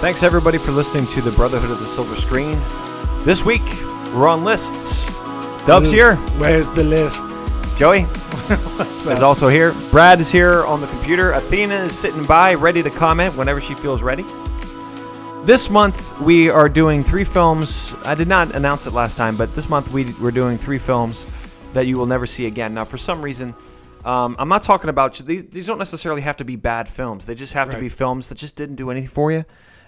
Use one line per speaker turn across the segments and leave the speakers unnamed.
Thanks everybody for listening to the Brotherhood of the Silver Screen. This week we're on lists. Dub's here.
Where's the list?
Joey is also here. Brad is here on the computer. Athena is sitting by, ready to comment whenever she feels ready. This month we are doing three films. I did not announce it last time, but this month we we're doing three films that you will never see again. Now, for some reason, um, I'm not talking about these. These don't necessarily have to be bad films. They just have to
Right.
be films that just didn't do anything for you.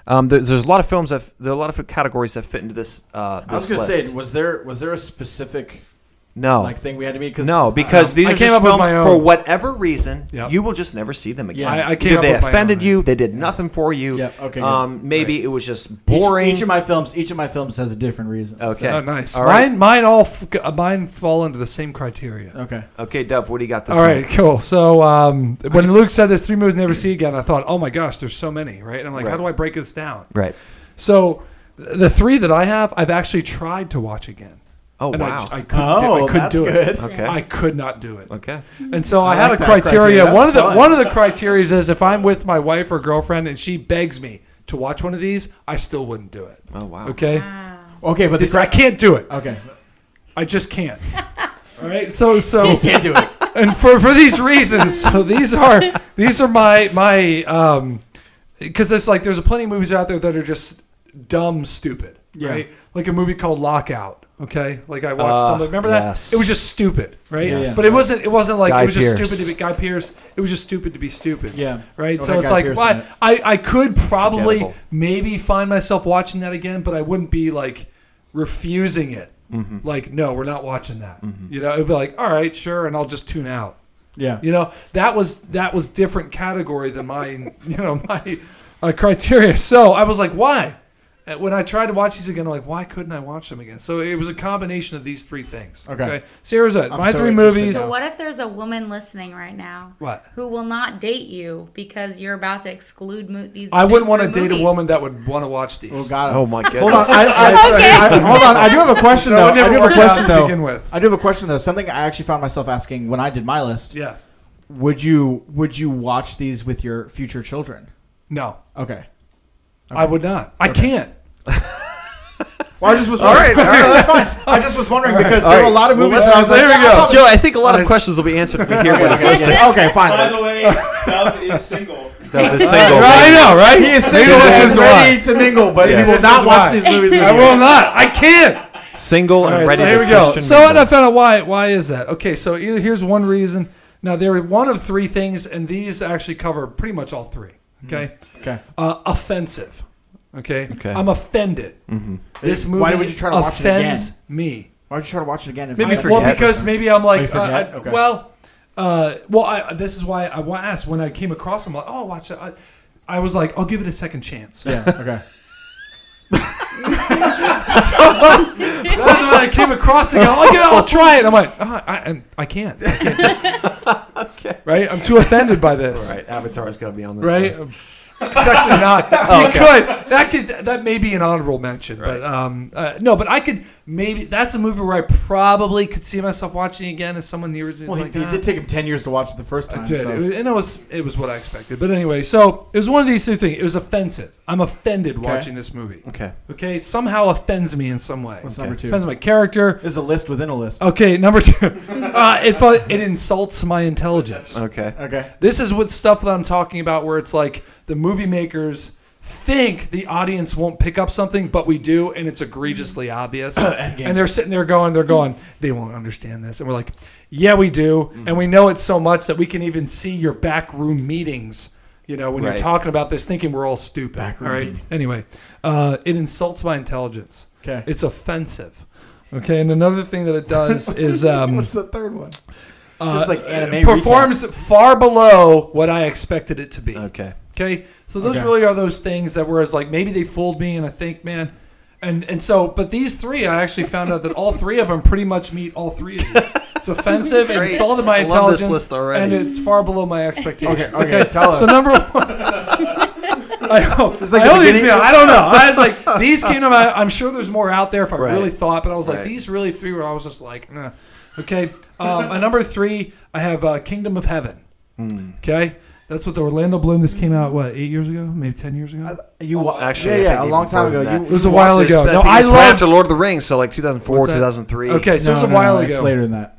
Um, there, there's a lot of films that there are a lot of categories that fit into this. Uh, this
I was gonna
list.
say, was there was there a specific
no,
like thing we had to meet?
no, because these
I
are
came
just
up with
films
my own.
for whatever reason
Yep.
you will just never see them again.
Yeah. I-
I came
Either
up
they
with my
offended
own.
you. They did nothing for you.
Yep, okay, good.
Um, maybe
Right.
it was just
Each-
boring.
Each, of my films, each of my films has a different reason. so-
okay.
Oh, nice.
All right.
mine, mine all f- g- mine fall under the same criteria.
okay.
Okay, Dove. What do you got this?
All
month?
right, cool. So um, when Luke said there's three movies never see again, I thought, oh my gosh, there's so many, right? And I'm like,
Right.
how do I break this down?
Right.
So th- the three that I have, I've actually tried to watch again.
Oh
and I
wow.
j- I, couldn't, do, I
Oh,
couldn't
that's
do
good.
it.
Okay.
I could not do it.
okay.
And so I,
I
had
like
a
that
criteria.
criteria. That's
One of the
fun.
one of the criteria is if I'm with my wife or girlfriend and she begs me to watch one of these, I still wouldn't do it.
Oh wow.
Okay,
Okay, but the
This- I
crack.
can't do it.
Okay,
I just can't. All right. So so
can't do it.
and for for these reasons, so these are these are my my um because it's like there's plenty of movies out there that are just dumb stupid,
Yeah.
right? Like a movie called Lockout. Okay, like I watched
Uh,
some. Remember that?
yes.
It was just stupid, right?
Yes.
But it wasn't. It wasn't like
Guy
it was just
Pearce.
stupid to be Guy Pierce. It was just stupid to be stupid.
Yeah.
Right.
Don't
So
have
it's
Guy
like
Pearce in
well,
it.
I I could probably
Forgettable.
maybe find myself watching that again, but I wouldn't be like refusing it.
Mm-hmm.
Like, no, we're not watching that. You know, it'd be like, all right, sure, and I'll just tune out.
Yeah.
You know, that was that was different category than my you know my uh, criteria. So I was like, why? And When I tried to watch these again, I'm like, why couldn't I watch them again? So it was a combination of these three things.
Okay.
So here's it.
I'm
my
so
three
interested
movies.
now.
So what if there's a woman listening right now
What?
who will not date you because you're about to exclude mo- these?
I wouldn't want to
these
date a
movies?
woman that would want to watch these.
Oh God.
Oh my goodness.
Hold on. I, I, I- hold on. I do have a question
So it
though. I do
never
have a
worked out
question
to
though.
begin with.
I do have a question though. Something I actually found myself asking when I did my list.
Yeah.
Would you Would you watch these with your future children?
No,
Okay.
I would not. I can't.
Well, I just was. Wondering. All right. that's fine. I just was wondering because there were a lot of movies. that I was like,
there we
"Yeah,
go.
I'll
Joe, I think a lot of
Nice.
questions will be answered if we hear what his
probably-"
list
Okay,
is.
okay, okay, fine.
By the way, Dove is single.
Dove is single.
I know, right?
He is
Maybe
single
this
and
is
ready to mingle, but
Yes.
he will
This
not
is
watch
why.
these movies.
I will not. I can't.
Single
All
and
right,
ready
so here
to
we go.
question
So and I
people.
found out why why is that? Okay, so either, here's one reason. Now there are one of three things, and these actually cover pretty much all three.
Hmm.
Okay,
Okay.
uh, offensive. Okay,
Okay.
I'm offended. This movie
Mm-hmm. Why would you try to watch it
offends
again?
me.
Why would you try to watch it again? if
Maybe
I-
for-
Well,
forget.
because maybe I'm like,
Oh, you
uh, I-
forget? Okay.
well, uh, well. I, this is why I wa- asked when I came across them. Like, oh, watch it. I, I was like, I'll give it a second chance.
Yeah. Okay.
That's when I came across it. I go, I'll, give it- I'll try it. I'm like, oh, I, and I can't. I can't. Right? I'm too offended by this.
All right, Avatar's got to be on this
Right?
list.
It's actually not.
Oh,
you
okay.
could. That could. That may be an honorable mention, but um, uh, no. But I could maybe. That's a movie where I probably could see myself watching again if someone near was
Well, he,
like,
he
"Ah."
did take him ten years to watch it the first
I
time.
did,
so-
It was- and it was it was what I expected. But anyway, so it was one of these two things. It was offensive. I'm offended watching this movie.
Okay.
Okay, somehow offends me in some way.
What's number two?
Offends my character.
This is a list within a list.
Okay, number two. Uh, it fu- it insults my intelligence.
Okay.
Okay.
This is what stuff that I'm talking about, where it's like the movie makers think the audience won't pick up something, but we do, and it's egregiously obvious. and they're sitting there going, they're going, they won't understand this, and we're like, yeah, we do, and we know it so much that we can even see your back room meetings. You know, when
Right.
you're talking about this, thinking we're all stupid. all right. Anyway, uh, it insults my intelligence.
Okay.
It's offensive. Okay. And another thing that it does is um,
What's the third one? this is like anime.
Uh, performs far below what I expected it to be.
Okay.
Okay. So those
Okay.
really are those things that were as like maybe they fooled me and I think, man. And and so but these three I actually found out that all three of them pretty much meet all three of these. It's offensive and insulted my
I love this
intelligence
list already.
and it's far below my expectations.
Okay, okay, tell us.
So number one I hope
like
I
the
always
beginning-
feel- I don't know. I was like these came to my I'm sure there's more out there if I
Right.
really thought, but I was like
Right.
these really three where I was just like, nah. Okay. Um, my number three, I have uh, Kingdom of Heaven. Okay. That's what the Orlando Bloom. This came out what eight years ago, maybe ten years ago.
You wa-
Actually,
yeah,
I
yeah,
think
a long
even
time
further
ago.
than
You,
that.
It was a while ago.
That
No,
thing
I
is right
love-
after Lord of the Rings, so like 2004,
What's that?
2003.
Okay, so it was a while ago.
It's later than that.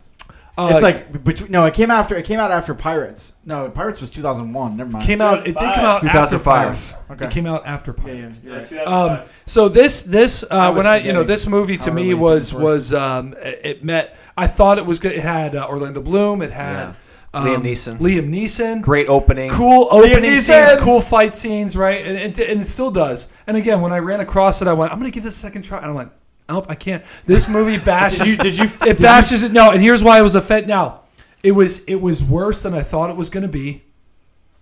Uh,
it's like between, no, it came after. It came out after Pirates. No, Pirates was 2001. Never mind.
came out. It did come out after
2005.
Pirates.
Okay.
It came out after Pirates.
you're right.
Um, so this this uh,
I was
when I you know
forgetting
this movie to
how
me
related
was
these were.
was um, it it met I thought it was good. It had uh, Orlando Bloom. It
Yeah.
had um,
Liam Neeson.
Liam Neeson.
Great opening.
Cool opening scenes,
Neesons!
cool fight scenes, right? And, and, and it still does. And again, when I ran across it, I went, I'm going to give this a second try. And I'm like, nope, I can't. This movie bashes.
Did you- did you-
it
did you-
bashes it. No, and here's why it was a fet. Now, it was it was worse than I thought it was going to be.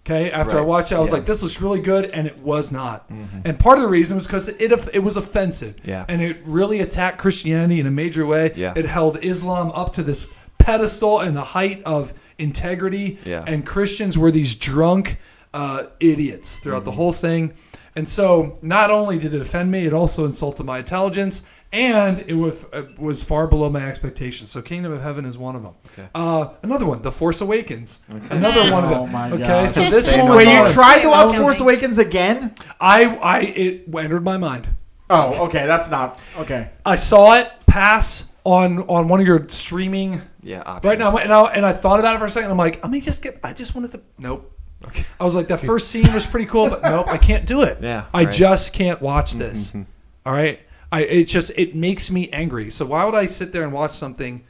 Okay, after I
Right.
watched it, I was
Yeah.
like, "This looks really good," and it was not.
Mm-hmm.
And part of the reason was because it it was offensive,
Yeah.
and it really attacked Christianity in a major way.
Yeah.
It held Islam up to this pedestal and the height of integrity,
Yeah.
and Christians were these drunk uh, idiots throughout the whole thing. And so, not only did it offend me, it also insulted my intelligence, and it was, uh, was far below my expectations. So, Kingdom of Heaven is one of them. Uh, another one, The Force Awakens. Another one of
Oh
them.
my
okay,
God.
so
Just
this
say
one
no
was
Wait,
on-
you tried to watch
Okay.
Force Awakens again?
I, I, it entered my mind.
Oh, okay. That's not okay.
I saw it pass on on one of your streaming
Yeah, options.
right now, and I, and I thought about it for a second. I'm like, I mean, just get. I just wanted to. Nope.
Okay.
I was like, that first scene was pretty cool, but nope, I can't do it.
Yeah,
I
right.
just can't watch this. All right. I it just it makes me angry. So why would I sit there and watch something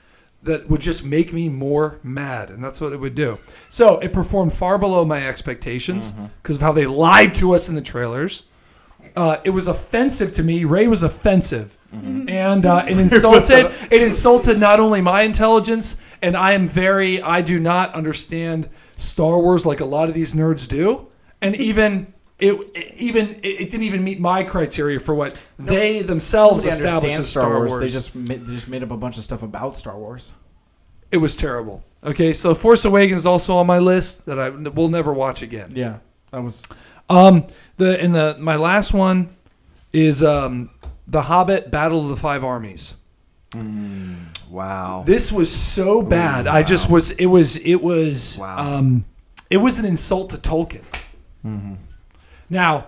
that would just make me more mad? And that's what it would do. So it performed far below my expectations because of how they lied to us in the trailers. Uh, it was offensive to me. Ray was offensive, and uh, it insulted. it insulted not only my intelligence, and I am very. I do not understand Star Wars like a lot of these nerds do, and even it, it even it, it didn't even meet my criteria for what they themselves
Nobody
established as
understands
Star Wars.
They just ma- they just made up a bunch of stuff about Star Wars.
it was terrible. Okay, so Force Awakens is also on my list that I n- will never watch again.
Yeah, that was.
Um, the and the my last one is um, the Hobbit: Battle of the Five Armies.
Oh.
Wow.
This was so bad. I just was. It was. It was.
Wow.
Um, it was an insult to Tolkien.
Mm-hmm.
Now,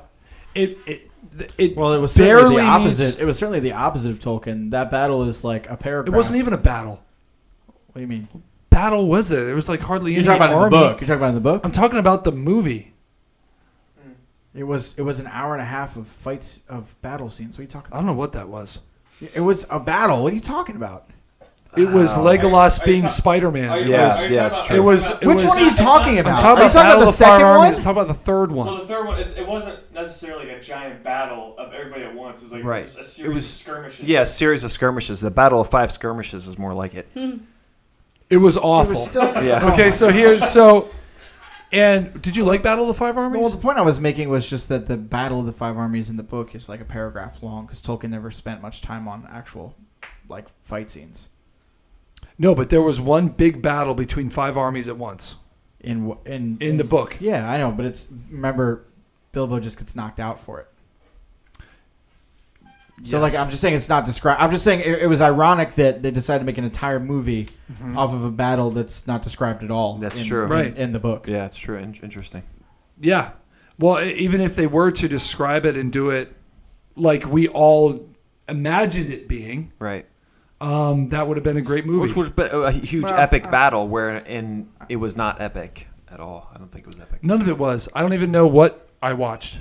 it it it
Well, it was
barely
certainly the
means-
opposite. It was certainly the opposite of Tolkien. That battle is like a paragraph.
it wasn't even a battle.
What do you mean?
Battle was it? There was like hardly
You're
any
talking about in the
army.
book. You're talking about in the book.
I'm talking about the movie.
It was it was an hour and a half of fights of battle scenes. What are you talking
I don't know what that was.
about? It was a battle. What are you talking about?
It was
Oh.
Legolas
Are you
being
ta-
Spider-Man.
you- Yes, yes,
It was- it
Which
was-
one are you talking about?
I'm
Are
talking
you
about,
talking
Battle
about the
of the Five
second
Armies.
one?
I'm talking about the third one.
Well, the third one, it's, it wasn't necessarily like a giant battle of everybody at once. It was like
Right.
just
It
a series
was-
of skirmishes.
Yeah, series of skirmishes. The Battle of Five Skirmishes is more like it.
Hmm.
it was awful.
Yeah.
okay, so here's so. And did you like Battle of the Five Armies?
Well, the point I was making was just that the Battle of the Five Armies in the book is like a paragraph long because Tolkien never spent much time on actual, like, fight scenes.
No, but there was one big battle between five armies at once
In wh- in
in the book.
Yeah, I know, but it's remember, Bilbo just gets knocked out for it. So like,
Yes.
I'm just saying it's not described. I'm just saying it, it was ironic that they decided to make an entire movie off of a battle that's not described at all.
That's
in-
true.
in-
Right.
in the book.
Yeah, it's true. In- interesting.
Yeah. Well, e- even if they were to describe it and do it like we all imagined it being,
Right.
um, that would have been a great movie.
Which was be- a huge
Well,
epic
uh,
battle where in it was not epic at all. I don't think it was epic.
None of it was. I don't even know what I watched.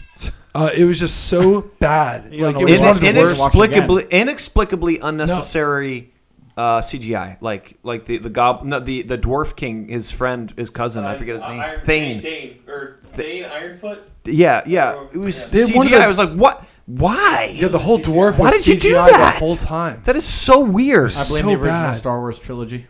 Uh, it was just so bad.
You don't
like
know
it
what
was
you
one of the
watched.
worst.
Watch
inexplicably inexplicably unnecessary uh, CGI. Like like the the gob no, the the dwarf king, his friend, his cousin. I forget his
uh,
name.
Iron,
Thane.
Dane, or Thane Ironfoot.
Yeah, yeah. It was
Yeah.
CGI.
Did one of the-
I was like, what? Why?
Yeah, the whole dwarf
Why
was
did you do
CGI
that?
the whole time.
that is so weird.
I blame
So
the original
bad.
Star Wars trilogy.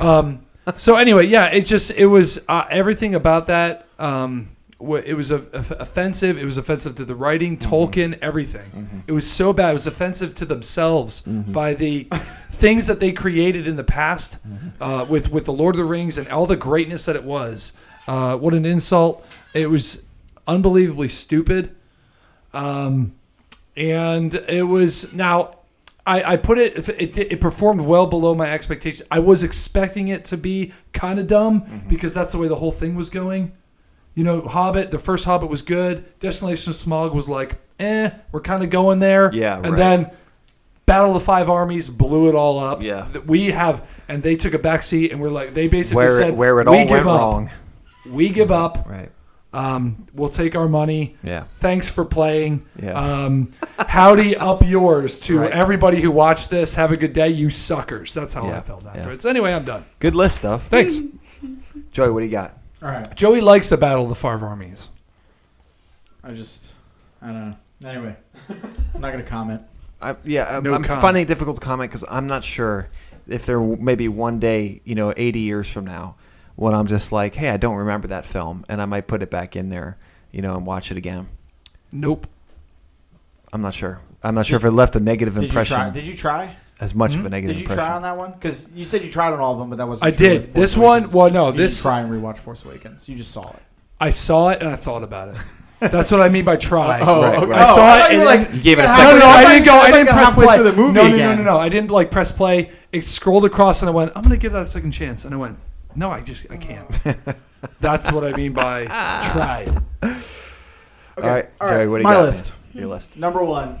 um, so anyway, yeah, it just it was uh, everything about that. Um, wa- it was a, off- offensive. It was offensive to the writing, Tolkien, everything. It was so bad. It was offensive to themselves by the things that they created in the past uh, with with the Lord of the Rings and all the greatness that it was. Uh, what an insult! It was unbelievably stupid. Um, and it was now I, I put it if it, did- it performed well below my
Mm-hmm.
expectations. I was expecting it to be kind of dumb because that's the way the whole thing was going. You know, Hobbit, the first Hobbit was good. Destination Smog was like, eh, we're kind of going there.
Yeah,
And
right.
then Battle of the Five Armies blew it all up.
Yeah.
Th- We have, and they took a backseat and we're like, they basically
where
said,
it, where it
we
all
give
went
up.
wrong.
We give up.
Right.
Um, we'll take our money.
Yeah.
Thanks for playing.
Yeah.
Um, howdy up yours to
Right.
everybody who watched this. Have a good day, you suckers. That's how
Yeah,
I felt after
yeah.
it. So anyway, I'm done.
Good list stuff.
Thanks.
Joey, what do you got?
All right.
Joey likes the Battle of the Five Armies.
I just, I don't know. Anyway, I'm not gonna comment.
I, yeah, I'm,
No
I'm
comment.
finding it difficult to comment because I'm not sure if there w- maybe one day, you know, 80 years from now, when I'm just like, hey, I don't remember that film, and I might put it back in there, you know, and watch it again.
Nope.
I'm not sure. I'm not sure if it left a negative
Did you
impression
try? Did you try?
as much of
Mhm.
a negative
Did you
impression.
try on that one? Because you said you tried on all of them, but that wasn't.
I
true
did.
with Force
This one,
Awakens.
well, no,
You
this
didn't try and rewatch Force Awakens. You just saw it.
I saw it and I thought about it. That's what I mean by try.
Right, okay. right.
I saw
I
it
thought
and
you were
then-
like,
You gave it a
yeah,
second.
no, no, I didn't go. I didn't
got
press
halfway
play.
through the movie
no, no,
again.
no, no, no. I didn't like press play. It scrolled across, and I went, "I'm gonna give that a second chance." And I went, "No, I just, I can't." That's what I mean by tried.
Okay,
All right,
all
Joey,
right,
what do you
my
got?
list.
man?
Hmm.
Your list.
Number one,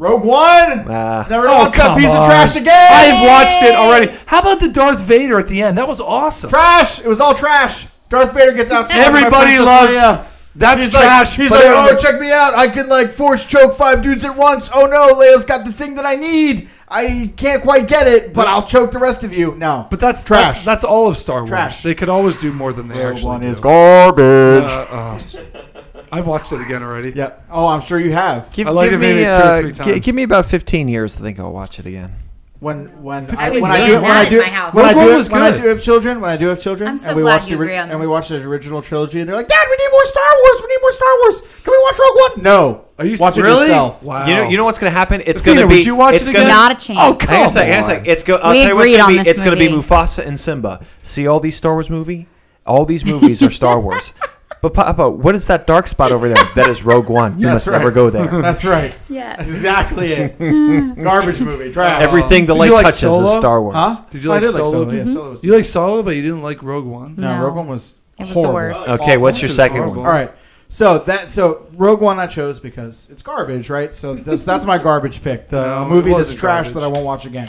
Rogue One.
Uh,
Never
Oh,
watched that
come
piece
on.
of trash again.
I've watched it already. How about the Darth Vader at the end? That was awesome.
Trash. It was all trash. Darth Vader gets out.
Everybody loves- That's
He's
trash.
Like, he's
but
like,
it-
oh, check me out. I can like force choke five dudes at once. Oh no, Leia's got the thing that I need. I can't quite get it, but I'll choke the rest of you. No,
But that's
Trash.
That's, that's all of Star Wars.
Trash.
They could always do more than they actually do.
garbage.
Uh, oh. I've watched it again already.
Yep. Oh, I'm sure you have.
Give,
I liked
give
it maybe
me
two or
uh,
three
gi-
times.
give me about 15 years. I think I'll watch it again.
When when I,
Fifteen
when I
years.
do it when I
Nine
do
at my house.
when I
Rogue One
do
was
it, when I
good.
do have children when I do have children
I'm so
and we
glad
watch the
you
ori-
agree on
and we
this.
watch the original trilogy and they're like, Dad, we need more Star Wars. We need more Star Wars. Can we watch Rogue One? No.
Are you
watch
really?
it yourself?
Wow.
You know, you know what's going to happen? It's
Athena,
going to be.
would you watch
it's
it
gonna-
again?
Not a chance.
Oh, come
Hang on a second. Hang on a
on.
second. It's go. I'll
We
tell you what's
agreed
gonna
on
be.
this
it's gonna be
movie.
Mufasa and Simba. See all these Star Wars movie. All these movies are Star Wars. But Papa, what is that dark spot over there? That is Rogue One. You
That's
must
right.
never go there.
That's right.
Yes.
Exactly it. Garbage movie. Trash.
Everything the
Did
light
you like
touches is
Solo?
Star Wars.
Huh?
Did you
Oh, I
like
did
Solo?
Yeah,
Mhm.
Solo was
You like Solo, but you didn't like Rogue One.
No,
Mm-hmm. No.
Rogue One was
It was
horrible.
the worst.
Okay, what's your
This is
second
horrible.
one?
All right. So that so Rogue One I chose because it's garbage, right? So that's, that's my garbage pick. The
No,
a movie
it
that's
wasn't
trash
garbage.
that I won't watch again.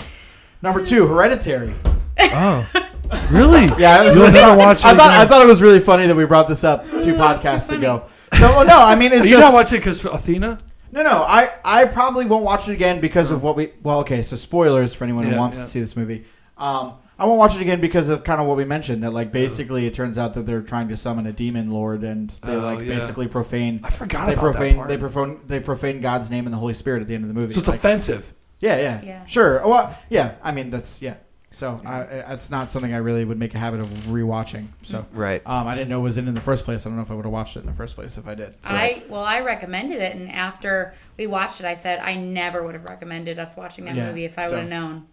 Number two, Hereditary.
Oh, really?
Yeah,
You'll never watch it.
I thought I
again.
thought it was really funny that we brought this up two podcasts ago. So well, no, I mean it's
you
just
not watching it because Athena?
no, no. I I probably won't watch it again because of what we. Well, okay. So spoilers for anyone who
Yeah,
wants
yeah.
to see this movie. Um, I won't watch it again because of kind of what we mentioned that like basically it turns out that they're trying to summon a demon lord and they
Oh,
like
yeah.
basically profane
I forgot
they
about
profane
that part.
they profane they profane God's name and the Holy Spirit at the end of the movie.
so it's
Like,
offensive.
yeah, yeah,
Yeah.
sure. Well, yeah. I mean, that's yeah. So I, I- that's not something I really would make a habit of rewatching. So
Right.
um, I didn't know it was in in the first place. I don't know if I would have watched it in the first place if I did. So.
I well, I recommended it, and after we watched it, I said I never would have recommended us watching that
Yeah,
movie if I
so-
would have known,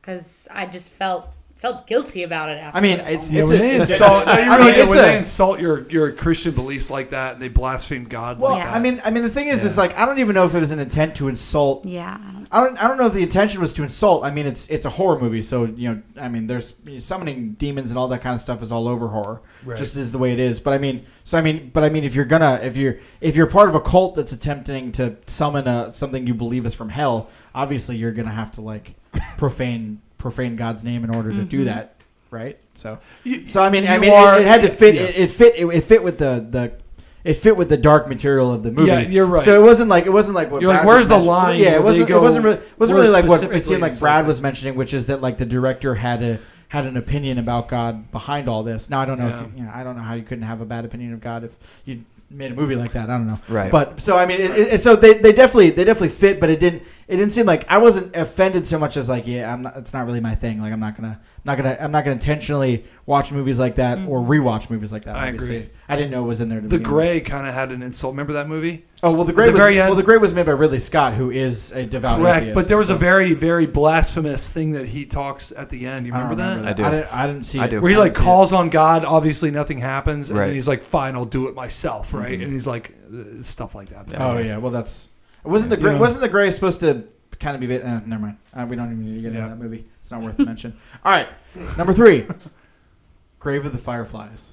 because I just felt felt guilty about it. After
I mean,
the
it's
film.
Yeah,
it's,
when
a-
they
it's-
insult, no, you
I
really
mean,
do.
it's
when they
a,
insult your, your Christian beliefs like that, and they blaspheme God
well,
like that.
I mean, I mean, the thing is, is like I don't even know if it was an intent to insult
yeah, I don't-
I don't, I don't know if the intention was to insult. I mean, it's it's a horror movie, so you know, I mean, there's summoning demons and all that kind of stuff is all over horror,
Right.
just is the way it is. But I mean, so I mean, but I mean, if you're gonna if you're if you're part of a cult that's attempting to summon a, something you believe is from hell, obviously you're gonna have to like profane profane God's name in order to do
Mm-hmm.
that, right? So
You-
so I mean, I
you
mean, it-
are-
it, had to fit.
yeah.
It, it fit. It, it fit with the the. It fit with the dark material of the movie.
Yeah, you're right.
So it wasn't like it wasn't like what
You're like,
Brad
where's
was
the
mentioning.
line
Yeah,
where
it
they
wasn't.
go,
It wasn't really wasn't
"We're
really like what it
specifically
seemed like Brad
insulted."
was mentioning, which is that like the director had a had an opinion about God behind all this. Now I don't know
Yeah.
if you, you know, I don't know how you couldn't have a bad opinion of God if you made a movie like that. I don't know.
Right.
But so I mean, it, it, so they, they definitely they definitely fit, but it didn't it didn't seem like I wasn't offended so much as like yeah, I'm not. It's not really my thing. Like I'm not gonna I'm not gonna I'm not gonna intentionally watch movies like that or rewatch movies like that.
Mm-hmm. I
obviously.
agree.
I didn't know it was in there. To
the
begin with.
Gray kind of had an insult. Remember that movie?
Oh well, the great
the
was,
very end-
well the great was made by Ridley Scott, who is a devout.
Correct.
atheist,
But there was a
so-
very, very blasphemous thing that he talks at the end. You
I don't
remember that?
that. I do.
I didn't, I didn't see.
I
it.
do.
Where he like
I didn't see it.
calls on God, obviously nothing happens, and
Right.
then he's like, "Fine, I'll do it myself," right? And he's like, uh, stuff like that.
Oh Mm-hmm. yeah, well that's wasn't the gray,
Yeah.
wasn't the gray supposed to kind of be? ba- Uh, never mind. Uh, we don't even need to get
Yeah.
into that movie. It's not worth the mention. All right, number three, Grave of the Fireflies.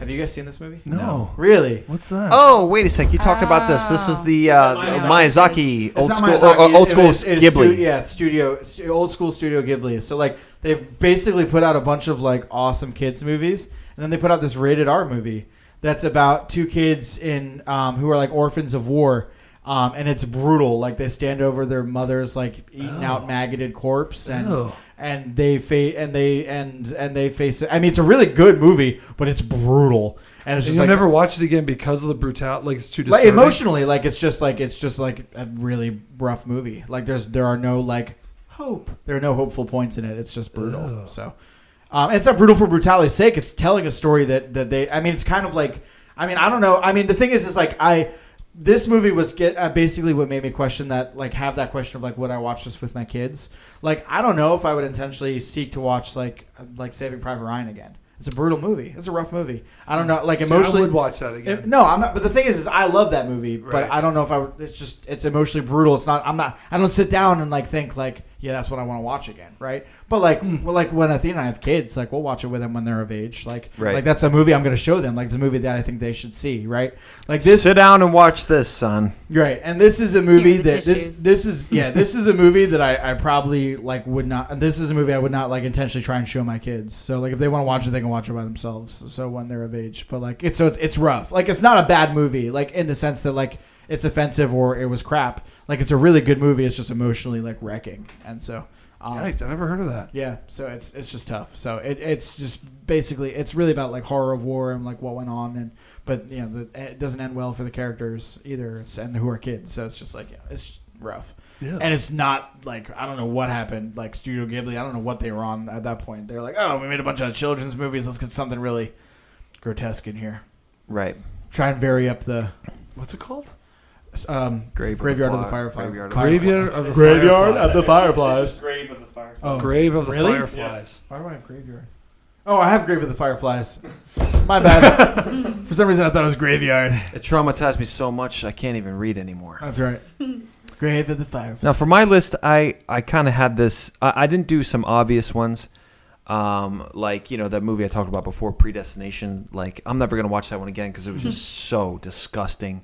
Have you guys seen this movie?
No.
Really?
What's that?
Oh, wait a sec. You talked about this. This is the uh, Miyazaki old
It's
school,
not
or- or
Miyazaki,
old
it-
school
it's- it's
Ghibli.
stu- yeah, it's studio, it's old school Studio Ghibli. So like they basically put out a bunch of like awesome kids movies, and then they put out this rated R movie that's about two kids in um, who are like orphans of war. Um, and it's brutal. Like they stand over their mother's like eaten out,
Oh.
maggoted corpse, and
Oh.
and they face and they and and they face. I mean, it's a really good movie, but it's brutal. And it's
And
just
you'll
like,
never watch it again because of the brutality. Like it's too
like
disturbing.
emotionally like it's just like it's just like a really rough movie like there's there are no like hope there are no hopeful points in it it's just brutal
Ugh.
so um, and it's not brutal for brutality's sake it's telling a story that that they i mean it's kind of like i mean i don't know i mean the thing is is like i this movie was get, uh, basically what made me question that like have that question of like would i watch this with my kids like i don't know if i would intentionally seek to watch like uh, like saving private ryan again it's a brutal movie it's a rough movie i don't know like
Mm. See, I
emotionally
would watch that
it-
again.
no, I'm not. But the thing is, is I love that movie,
Right.
but I don't know if I. would- It's just it's emotionally brutal. It's not. I'm not. I don't sit down and like think like, yeah, that's what I want to watch again, right? But like,
Hmm.
well, like when Athena and I have kids, like we'll watch it with them when they're of age. Like,
Right.
like that's a movie I'm going to show them. Like it's a movie that I think they should see, right? Like this,
Sit down and watch this, son.
right? And this is a movie
Here are the
that this
tissues.
this is yeah this is a movie that I I probably like would not. This is a movie I would not like intentionally try and show my kids. So like if they want to watch it, they can watch it by themselves. So when they're of age, but like it's so it's, it's rough. Like it's not a bad movie. Like in the sense that like it's offensive or it was crap. Like it's a really good movie. It's just emotionally like wrecking. And so um,
Yikes, I never heard of that.
yeah, so it's it's just tough. So it, it's just basically it's really about like horror of war and like what went on and but you know the, it doesn't end well for the characters either it's, and who are kids. So it's just like yeah, it's rough.
Yeah.
And it's not like I don't know what happened like Studio Ghibli. I don't know what they were on at that point. They're like, "Oh, we made a bunch of children's movies. Let's get something really grotesque in here.
Right.
Try and vary up the
What's it called?
um,
Grave of the
graveyard of the,
Fly-
fireflies.
Graveyard of the
Graveyard of the
Graveyard
Fireflies.
of the
It's
fireflies.
just grave of the fireflies.
Oh,
Grave of the
Really?
Fireflies.
Why do I have graveyard? Oh, I have grave of the fireflies. My bad. For some reason, I thought it was graveyard.
It traumatized me so much I can't even read anymore.
That's right. grave of the fireflies.
Now, for my list, I, I kind of had this. I, I didn't do some obvious ones, um, like you know that movie I talked about before, Predestination. Like I'm never gonna watch that one again because it was just so disgusting.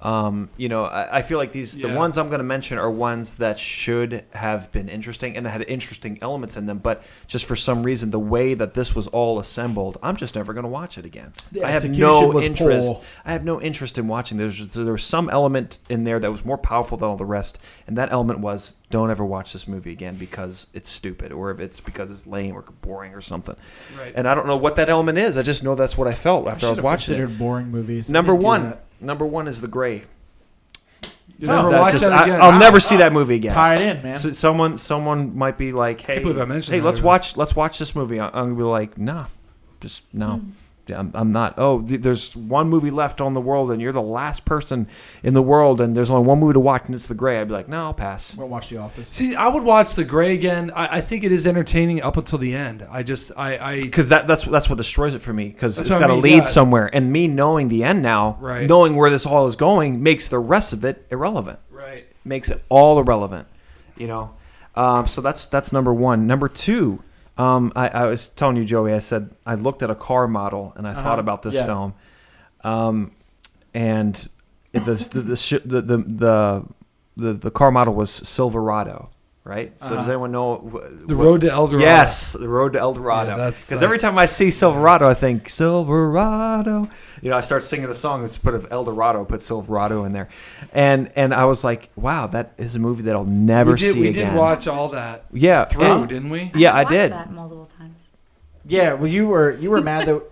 Um, you know, I, I feel like these the
Yeah.
ones I'm gonna mention are ones that should have been interesting and that had interesting elements in them, but just for some reason, the way that this was all assembled, I'm just never gonna watch it again.
The
I have
execution
no
was
interest.
poor.
I have no interest in watching. There's just- there was some element in there that was more powerful than all the rest, and that element was don't ever watch this movie again because it's stupid, or if it's because it's lame or boring or something.
Right.
And I don't know what that element is. I just know that's what I felt after I, was watching it.
considered boring movies.
Number one, number one is The Gray.
You
No,
never
That's
watch
just-
that again.
I, will never see that movie again.
Tie it in, man.
So- someone, someone might be like, "Hey,
believe I mentioned
hey,
that
let's
already.
watch, let's watch this movie." I- I'm gonna be like, "Nah, just no, Yeah, I'm, I'm not." Oh, th- there's one movie left on the world, and you're the last person in the world, and there's only one movie to watch, and it's The Gray. I'd be like, "No, I'll pass."
we'll watch The Office.
See, I would watch The Gray again. I, I think it is entertaining up until the end. I just, I, I
Because that, that's that's what destroys it for me. Because
That's
it's
what
got
I
to
mean,
lead
yeah.
somewhere, and me knowing the end now,
Right.
knowing where this all is going, makes the rest of it irrelevant.
right.
makes it all irrelevant. You know, um, so that's that's number one. Number two, um, I, I was telling you, Joey. I said I looked at a car model and I
Uh-huh.
thought about this
Yeah.
film, um, and it, the, the, the, sh- the the the the the car model was Silverado, right? So does
Uh-huh.
anyone know wh-
The
what-
Road to El Dorado.
Yes, the road to El Dorado.
Yeah, that's-
Because every
that's-
time I see Silverado, I think Silverado. You know, I start singing the song. It's put of El Dorado, put Silverado in there, and and I was like, wow, that is a movie that I'll never
we did,
see
we
again.
did watch all that
yeah,
through,
and-
didn't we?
yeah, I
watched
did.
that multiple times.
Yeah, well, you were you were mad that,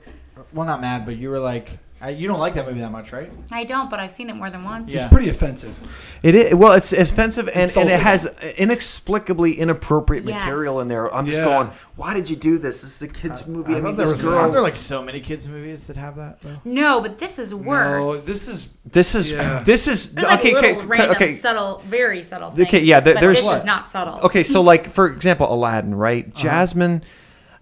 well, not mad, but you were like, I, you don't like that movie that much, right?
I don't, but I've seen it more than once.
Yeah.
It's pretty offensive.
It is well, it's offensive and, and
Insulting.
it has inexplicably inappropriate
Yes.
material in there. I'm just
Yeah.
going, why did you do this? This is a kids movie. I, mean, this
aren't there
girl.
like so many kids movies that have that though?
No, but this is worse.
No, this is
This is
Yeah.
this is
there's like
okay.
little
okay,
random,
okay,
subtle, very subtle.
Okay,
Things,
yeah, there-
but
there's-
this
What?
is not subtle.
okay so like for example aladdin right
Uh-huh.
jasmine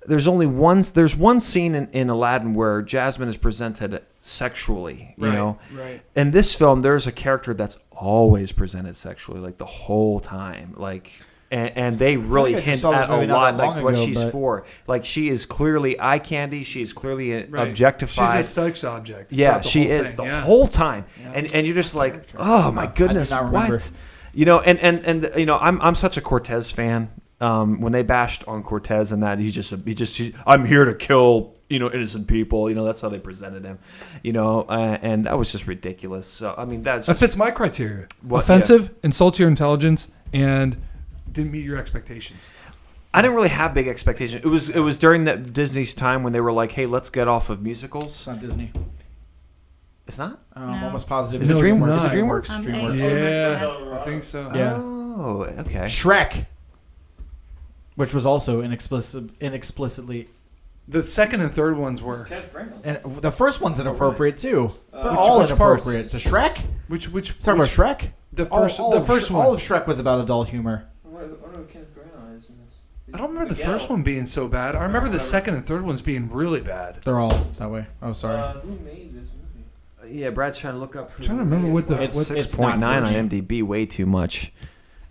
there's only one there's one scene in, in aladdin where jasmine is presented sexually you
Right,
know
right.
in this film there's a character that's always presented sexually like the whole time like and, and they really
I just
hint
saw this
at a
movie not
lot
that
like
long
what
ago,
she's
but-
for. Like she is clearly eye candy. She is clearly uh,
Right.
objectified.
She's a sex object.
Yeah,
throughout the
she
whole
is
thing,
the
yeah.
whole time, and and you're just like, oh my goodness,
not remember.
what? You know, and and and you know, I'm I'm such a Cortez fan. Um, when they bashed on Cortez and that, he just he just he, I'm here to kill you know innocent people. You know that's how they presented him. You know, uh, and that was just ridiculous. So I mean, that's
That fits my criteria.
What-
Offensive, insults your intelligence, and didn't meet your expectations.
I didn't really have big expectations. It was it was during that Disney's time when they were like, hey, let's get off of
It's
musicals.
not Disney.
It's not.
Uh, I'm
No.
almost positive.
Is it
it's
DreamWorks?
not.
Is it DreamWorks?
Um,
DreamWorks.
I-
Uh,
Yeah, I think so.
Yeah.
Oh, okay.
Shrek, which was also inexplicit, inexplicitly,
The second and third ones were
and the first one's inappropriate too. They're
Which-
all
which
inappropriate. The Shrek.
which which,
Talking about
which
Shrek.
the
All-
first
all
the
of
first
Sh-
one.
All of Shrek was about adult humor.
What, what are Kenneth Branagh is in this?
I don't remember the
gal.
first one being so bad. I remember the second and third ones being really bad.
They're all that way. Oh, sorry.
Uh, who made this movie?
Yeah, Brad's trying to look up.
I'm trying to remember what the
It's-
what
it's
Six point nine on
not
MDB, way too much.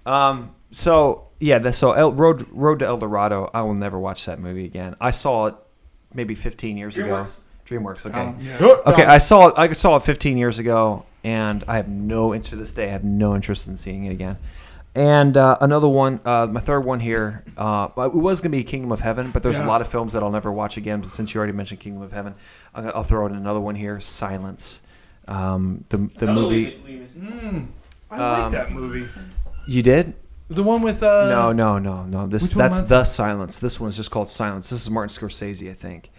Um, so yeah, that's so El, Road Road to El Dorado. I will never watch that movie again. I saw it maybe fifteen years ago. DreamWorks. Okay.
Oh. um,
yeah.
okay, I saw it. I saw it fifteen years ago, and I have no interest. To this day, I have no interest in seeing it again. And uh, another one, uh, my third one here. Uh, it was gonna be Kingdom of Heaven, but there's
Yeah.
a lot of films that I'll never watch again. But since you already mentioned Kingdom of Heaven, I'll, I'll throw in another one here. Silence. Um, the the
Another
movie
Liam- Liam is-
Mm, I like
Um,
that movie.
you did.
The one with uh
no, no, no, no. This
which one,
that's
Lance?
the silence. This one's just called Silence. This is Martin Scorsese, I think.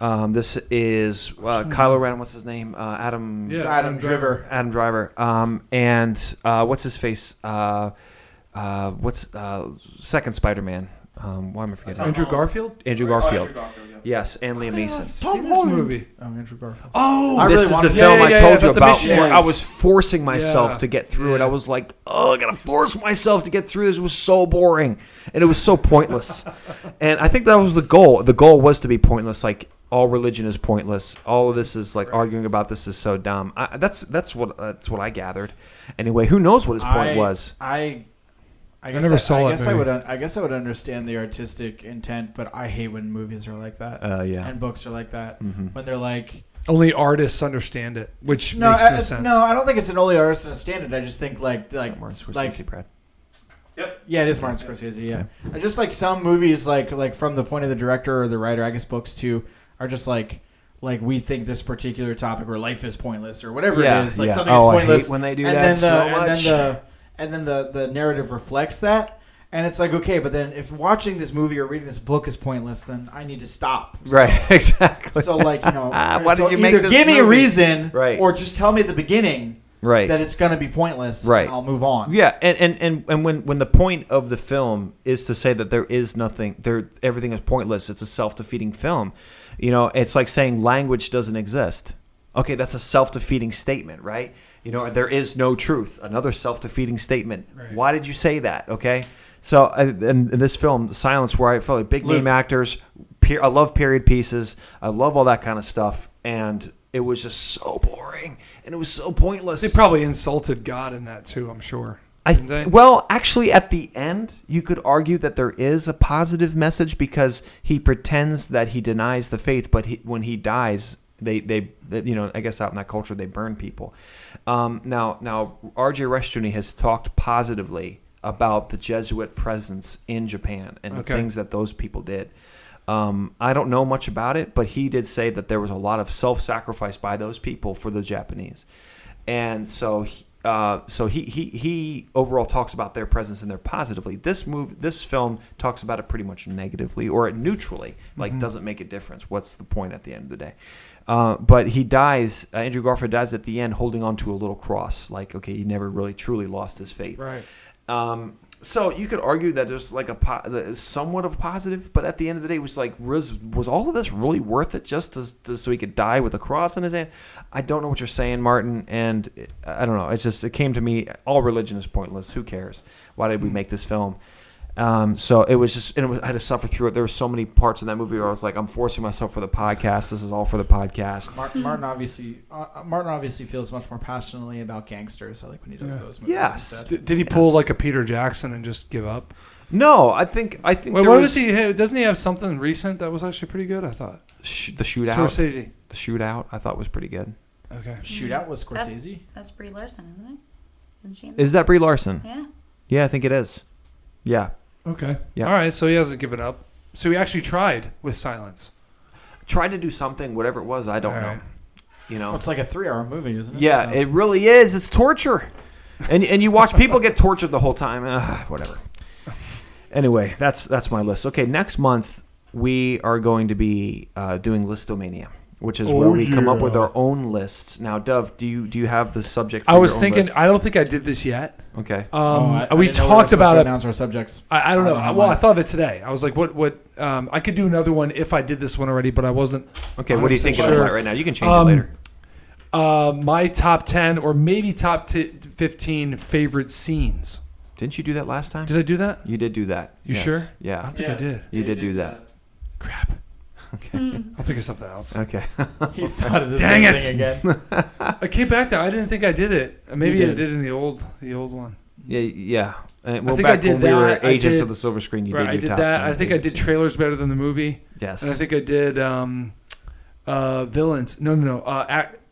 Um, this is uh, Kylo Ren. What's his name? Uh, Adam.
Yeah,
Adam Driver.
Adam Driver. Um, and uh, what's his face? Uh, uh, what's uh, second Spider Man? Um, why am I forgetting?
Andrew Garfield. Oh,
Andrew
Oh,
Garfield.
Garfield, yeah.
Yes, and Liam Neeson.
Tom this movie.
Oh, Andrew Garfield.
Oh,
I really
this is
wanna-
the
yeah,
film
yeah,
I
yeah,
told you
about the
about where I
missionaries.
was forcing myself
Yeah,
to get through it.
yeah.
I was like, oh, I gotta force myself to get through this. It was so boring. And it was so pointless. and I think that was the goal. The goal was to be pointless. Like, all religion is pointless. All of this is like arguing about this is so dumb. I, that's that's what that's what I gathered. Anyway, who knows what his point
I-
was?
I. I, guess
never
I,
saw
I
it,
guess I
maybe.
would. Un- I guess I would understand the artistic intent, but I hate when movies are like that
Uh, yeah.
and books are like that.
Mhm.
When they're like,
Only artists understand it, which
no,
makes
I,
no
I-
sense.
no, I don't think it's an only artist and a standard. I just think like like
Martin
like
Scorsese, Brad.
Yeah, it is Martin Scorsese. Yeah, Uh, just like some movies, like like from the point of the director or the writer, I guess books too are just like like we think this particular topic or life is pointless or whatever
Yeah,
it is. Like
yeah.
something's
Oh, I hate
pointless
when they do
and
that
Then the,
so
and
much.
then the and then the the narrative reflects that. And it's like okay, but then if watching this movie or reading this book is pointless, then I need to stop. So-
Right, exactly.
So like you know,
Why
so
did you make
either
this
give me a
movie?
reason,
Right.
or just tell me at the beginning
Right.
that it's going to be pointless. and
Right.
I'll move on.
Yeah, and, and, and, and when, when the point of the film is to say that there is nothing, there everything is pointless. It's a self defeating film. You know, it's like saying language doesn't exist. Okay, that's a self defeating statement, right? You know, there is no truth. Another self defeating statement.
Right.
Why did you say that? Okay, so I- and in this film, The Silence, where I felt like big name
Luke.
actors, per, I love period pieces, I love all that kind of stuff, and it was just so boring and it was so pointless.
They probably insulted God in that too. I'm sure.
I
Didn't
th-
they?
well, actually, at the end, you could argue that there is a positive message because he pretends that he denies the faith, but he, when he dies, they, they, that, you know, I guess out in that culture, they burn people. Um, now, now, R.J. Restuni has talked positively about the Jesuit presence in Japan and
Okay.
the things that those people did. Um, I don't know much about it, but he did say that there was a lot of self-sacrifice by those people for the Japanese, and so he, uh, so he, he he overall talks about their presence and their positively. This move, this film talks about it pretty much negatively or it neutrally, like doesn't make a difference. What's the point at the end of the day? Uh, but he dies. Uh, Andrew Garfield dies at the end, holding on to a little cross. Like, okay, he never really truly lost his faith.
Right.
Um, so you could argue that there's like a po- that is somewhat of a positive, but at the end of the day, it was like was, was all of this really worth it just to, to, so he could die with a cross in his hand? I don't know what you're saying, Martin, and uh, it-
Mm.
I don't know. It's just it came to me. All religion is pointless. Who cares? Why did we make this film? Um, so it was just, and it was, I had to suffer through it. There were so many parts in that movie where I was like, I'm forcing myself for the podcast. This is all for the podcast.
Mar-
Hmm.
Martin obviously uh, uh, Martin obviously feels much more passionately about gangsters. I like when he does
Yeah.
those movies.
Yes.
instead.
D- did he pull
Yes.
like a Peter Jackson and just give up?
No, I think I think
Wait,
there
what
was
does he? Have? Doesn't he have something recent that was actually pretty good? I thought
sh- the shootout.
Scorsese.
The shootout I thought was pretty good.
Okay.
Shootout was
That's-
Scorsese.
That's Brie Larson, isn't it? Isn't she in
Is that Brie Larson?
Yeah.
Yeah, I think it is. Yeah,
Okay.
Yeah.
All right. So he hasn't given up. So he actually tried with silence.
try to do something, whatever it was. I don't
All
know.
right.
You know.
Oh, it's like a three-hour movie, isn't it?
Yeah,
So-
it really is. It's torture, and and you watch people get tortured the whole time. Ugh, whatever. Anyway, that's that's my list. Okay, next month we are going to be uh, doing Listomania, which is where
Oh,
we come up
yeah.
with our own lists. Now, Dove, do you do you have the subject? For
I
your
was
own
thinking.
list?
I don't think I did this yet.
okay.
Um,
Oh, I- I
we
didn't know
talked
were supposed to
about it.
Announce our subjects.
I, I don't
I
know.
don't know
well,
mine.
I thought of it today. I was like, what? What? Um, I could do another one if I did this one already, but I wasn't.
Okay, what are you
100%
thinking
sure.
about right now? You can change
Um,
it later.
Uh, my top ten or maybe top t- fifteen favorite scenes.
Didn't you do that last time?
Did I do that?
you did do that.
You
Yes.
sure? I
Yeah.
don't think I did.
You did do that.
Crap. Okay. I'll think of something else.
Okay.
He thought of the
Dang
same
it.
thing again.
I came back to. I didn't think I did it. Uh, Maybe
You
I
did.
did in the old, the old one.
yeah, yeah. Uh, well,
think I
back
did
when we were
that. I
agents
did-
of the silver screen, you
right,
did your
I did
top
that.
10
I think I
favorite
did
scenes.
trailers better than the movie,
Yes.
and I think I did um, uh, villains. No, no, no. Uh, ac-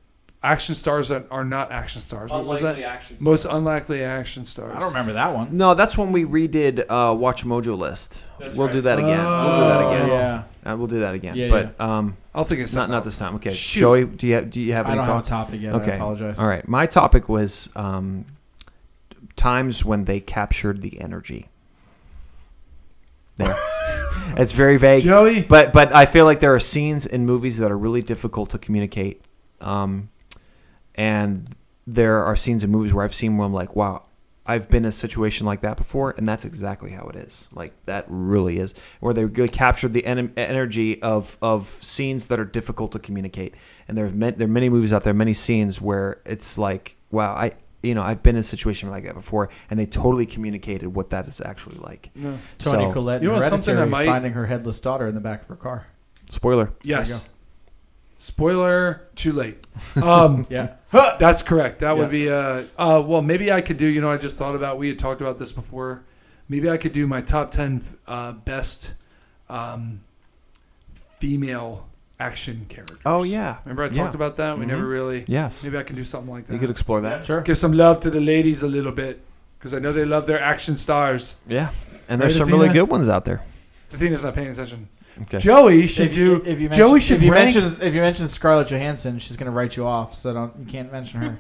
action stars that are not action stars. What was that?
Unlikely action.
Most unlikely action stars.
I don't remember that one.
No, that's when we redid uh, Watch Mojo list.
That's
we'll do
right.
that again. we'll do
Oh,
that again.
Yeah.
Uh, we'll do that again.
Yeah,
but um,
I'll think it's
not not this time. Okay,
Shoot.
Joey, do you have, do you have
I
any
don't have a
thoughts?
topic yet.
okay,
I apologize.
All right, my topic was um, times when they captured the energy. There, it's very vague.
Joey.
But but I feel like there are scenes in movies that are really difficult to communicate, um, and there are scenes in movies where I've seen where I'm like, wow, I've been in a situation like that before, and that's exactly how it is. Like that really is where they really captured the en- energy of of scenes that are difficult to communicate. And there's ma- there are many movies out there, many scenes where it's like, wow, I. You know, I've been in a situation like that before, and they totally communicated what that is actually like.
No.
Tony
So-
Collette.
You
You
know something
something
I might-
finding her headless daughter in the back of her car.
Spoiler.
There you
Yes.
go.
Spoiler. Too late. Um,
Yeah.
That's correct. That would
Yeah.
be uh, uh well maybe I could do you know I just thought about we had talked about this before. Maybe I could do my top 10 uh, best um, female action characters.
Oh yeah.
Remember I
Yeah.
talked about that? We
Mhm.
never really
Yes.
Maybe I can do something like that.
You could explore that.
Sure.
Give some love to the ladies a little bit cuz I know they love their action stars.
Yeah, and
Right,
there's some
Athena?
really good ones out there.
Athena's not paying attention.
Okay.
Joey should do Joey should
if you
rank
mention if you mention Scarlett Johansson, she's gonna write you off. So don't you can't mention her.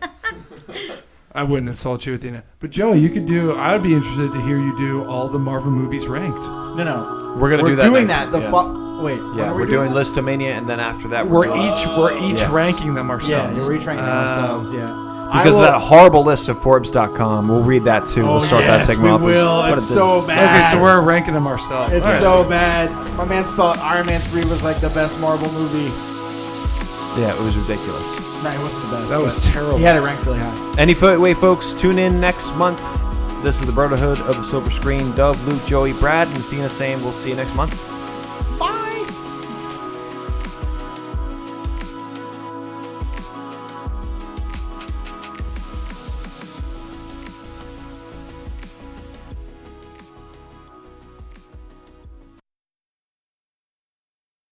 I wouldn't insult you, Athena. But Joey, you could do. I would be interested to hear you do all the Marvel movies ranked.
No, no,
We're gonna
we're
do that.
doing
next-
that. The
yeah.
fu- wait, when
Yeah,
are
we're,
we
doing Listomania, and then after that,
We're
e-
doing-
each we're each
Yes.
ranking them ourselves.
Yeah, we're each ranking
Uh,
ourselves. Yeah,
Um, because of that horrible list of Forbes.com. We'll read that too.
Oh,
we'll start
yes,
that segment
we
off.
will.
What
It's
a
so
dis-
bad.
Okay, so we're ranking them ourselves.
It's
All right.
so bad. My man's thought Iron Man 3 was like the best Marvel movie.
Yeah, it was ridiculous.
No, it wasn't the best.
that was
but
terrible.
He had it ranked really high.
Any fo- way, folks? Tune in next month. This is the Brotherhood of the Silver Screen. Dove, Luke, Joey, Brad, and Athena. Saying we'll see you next month.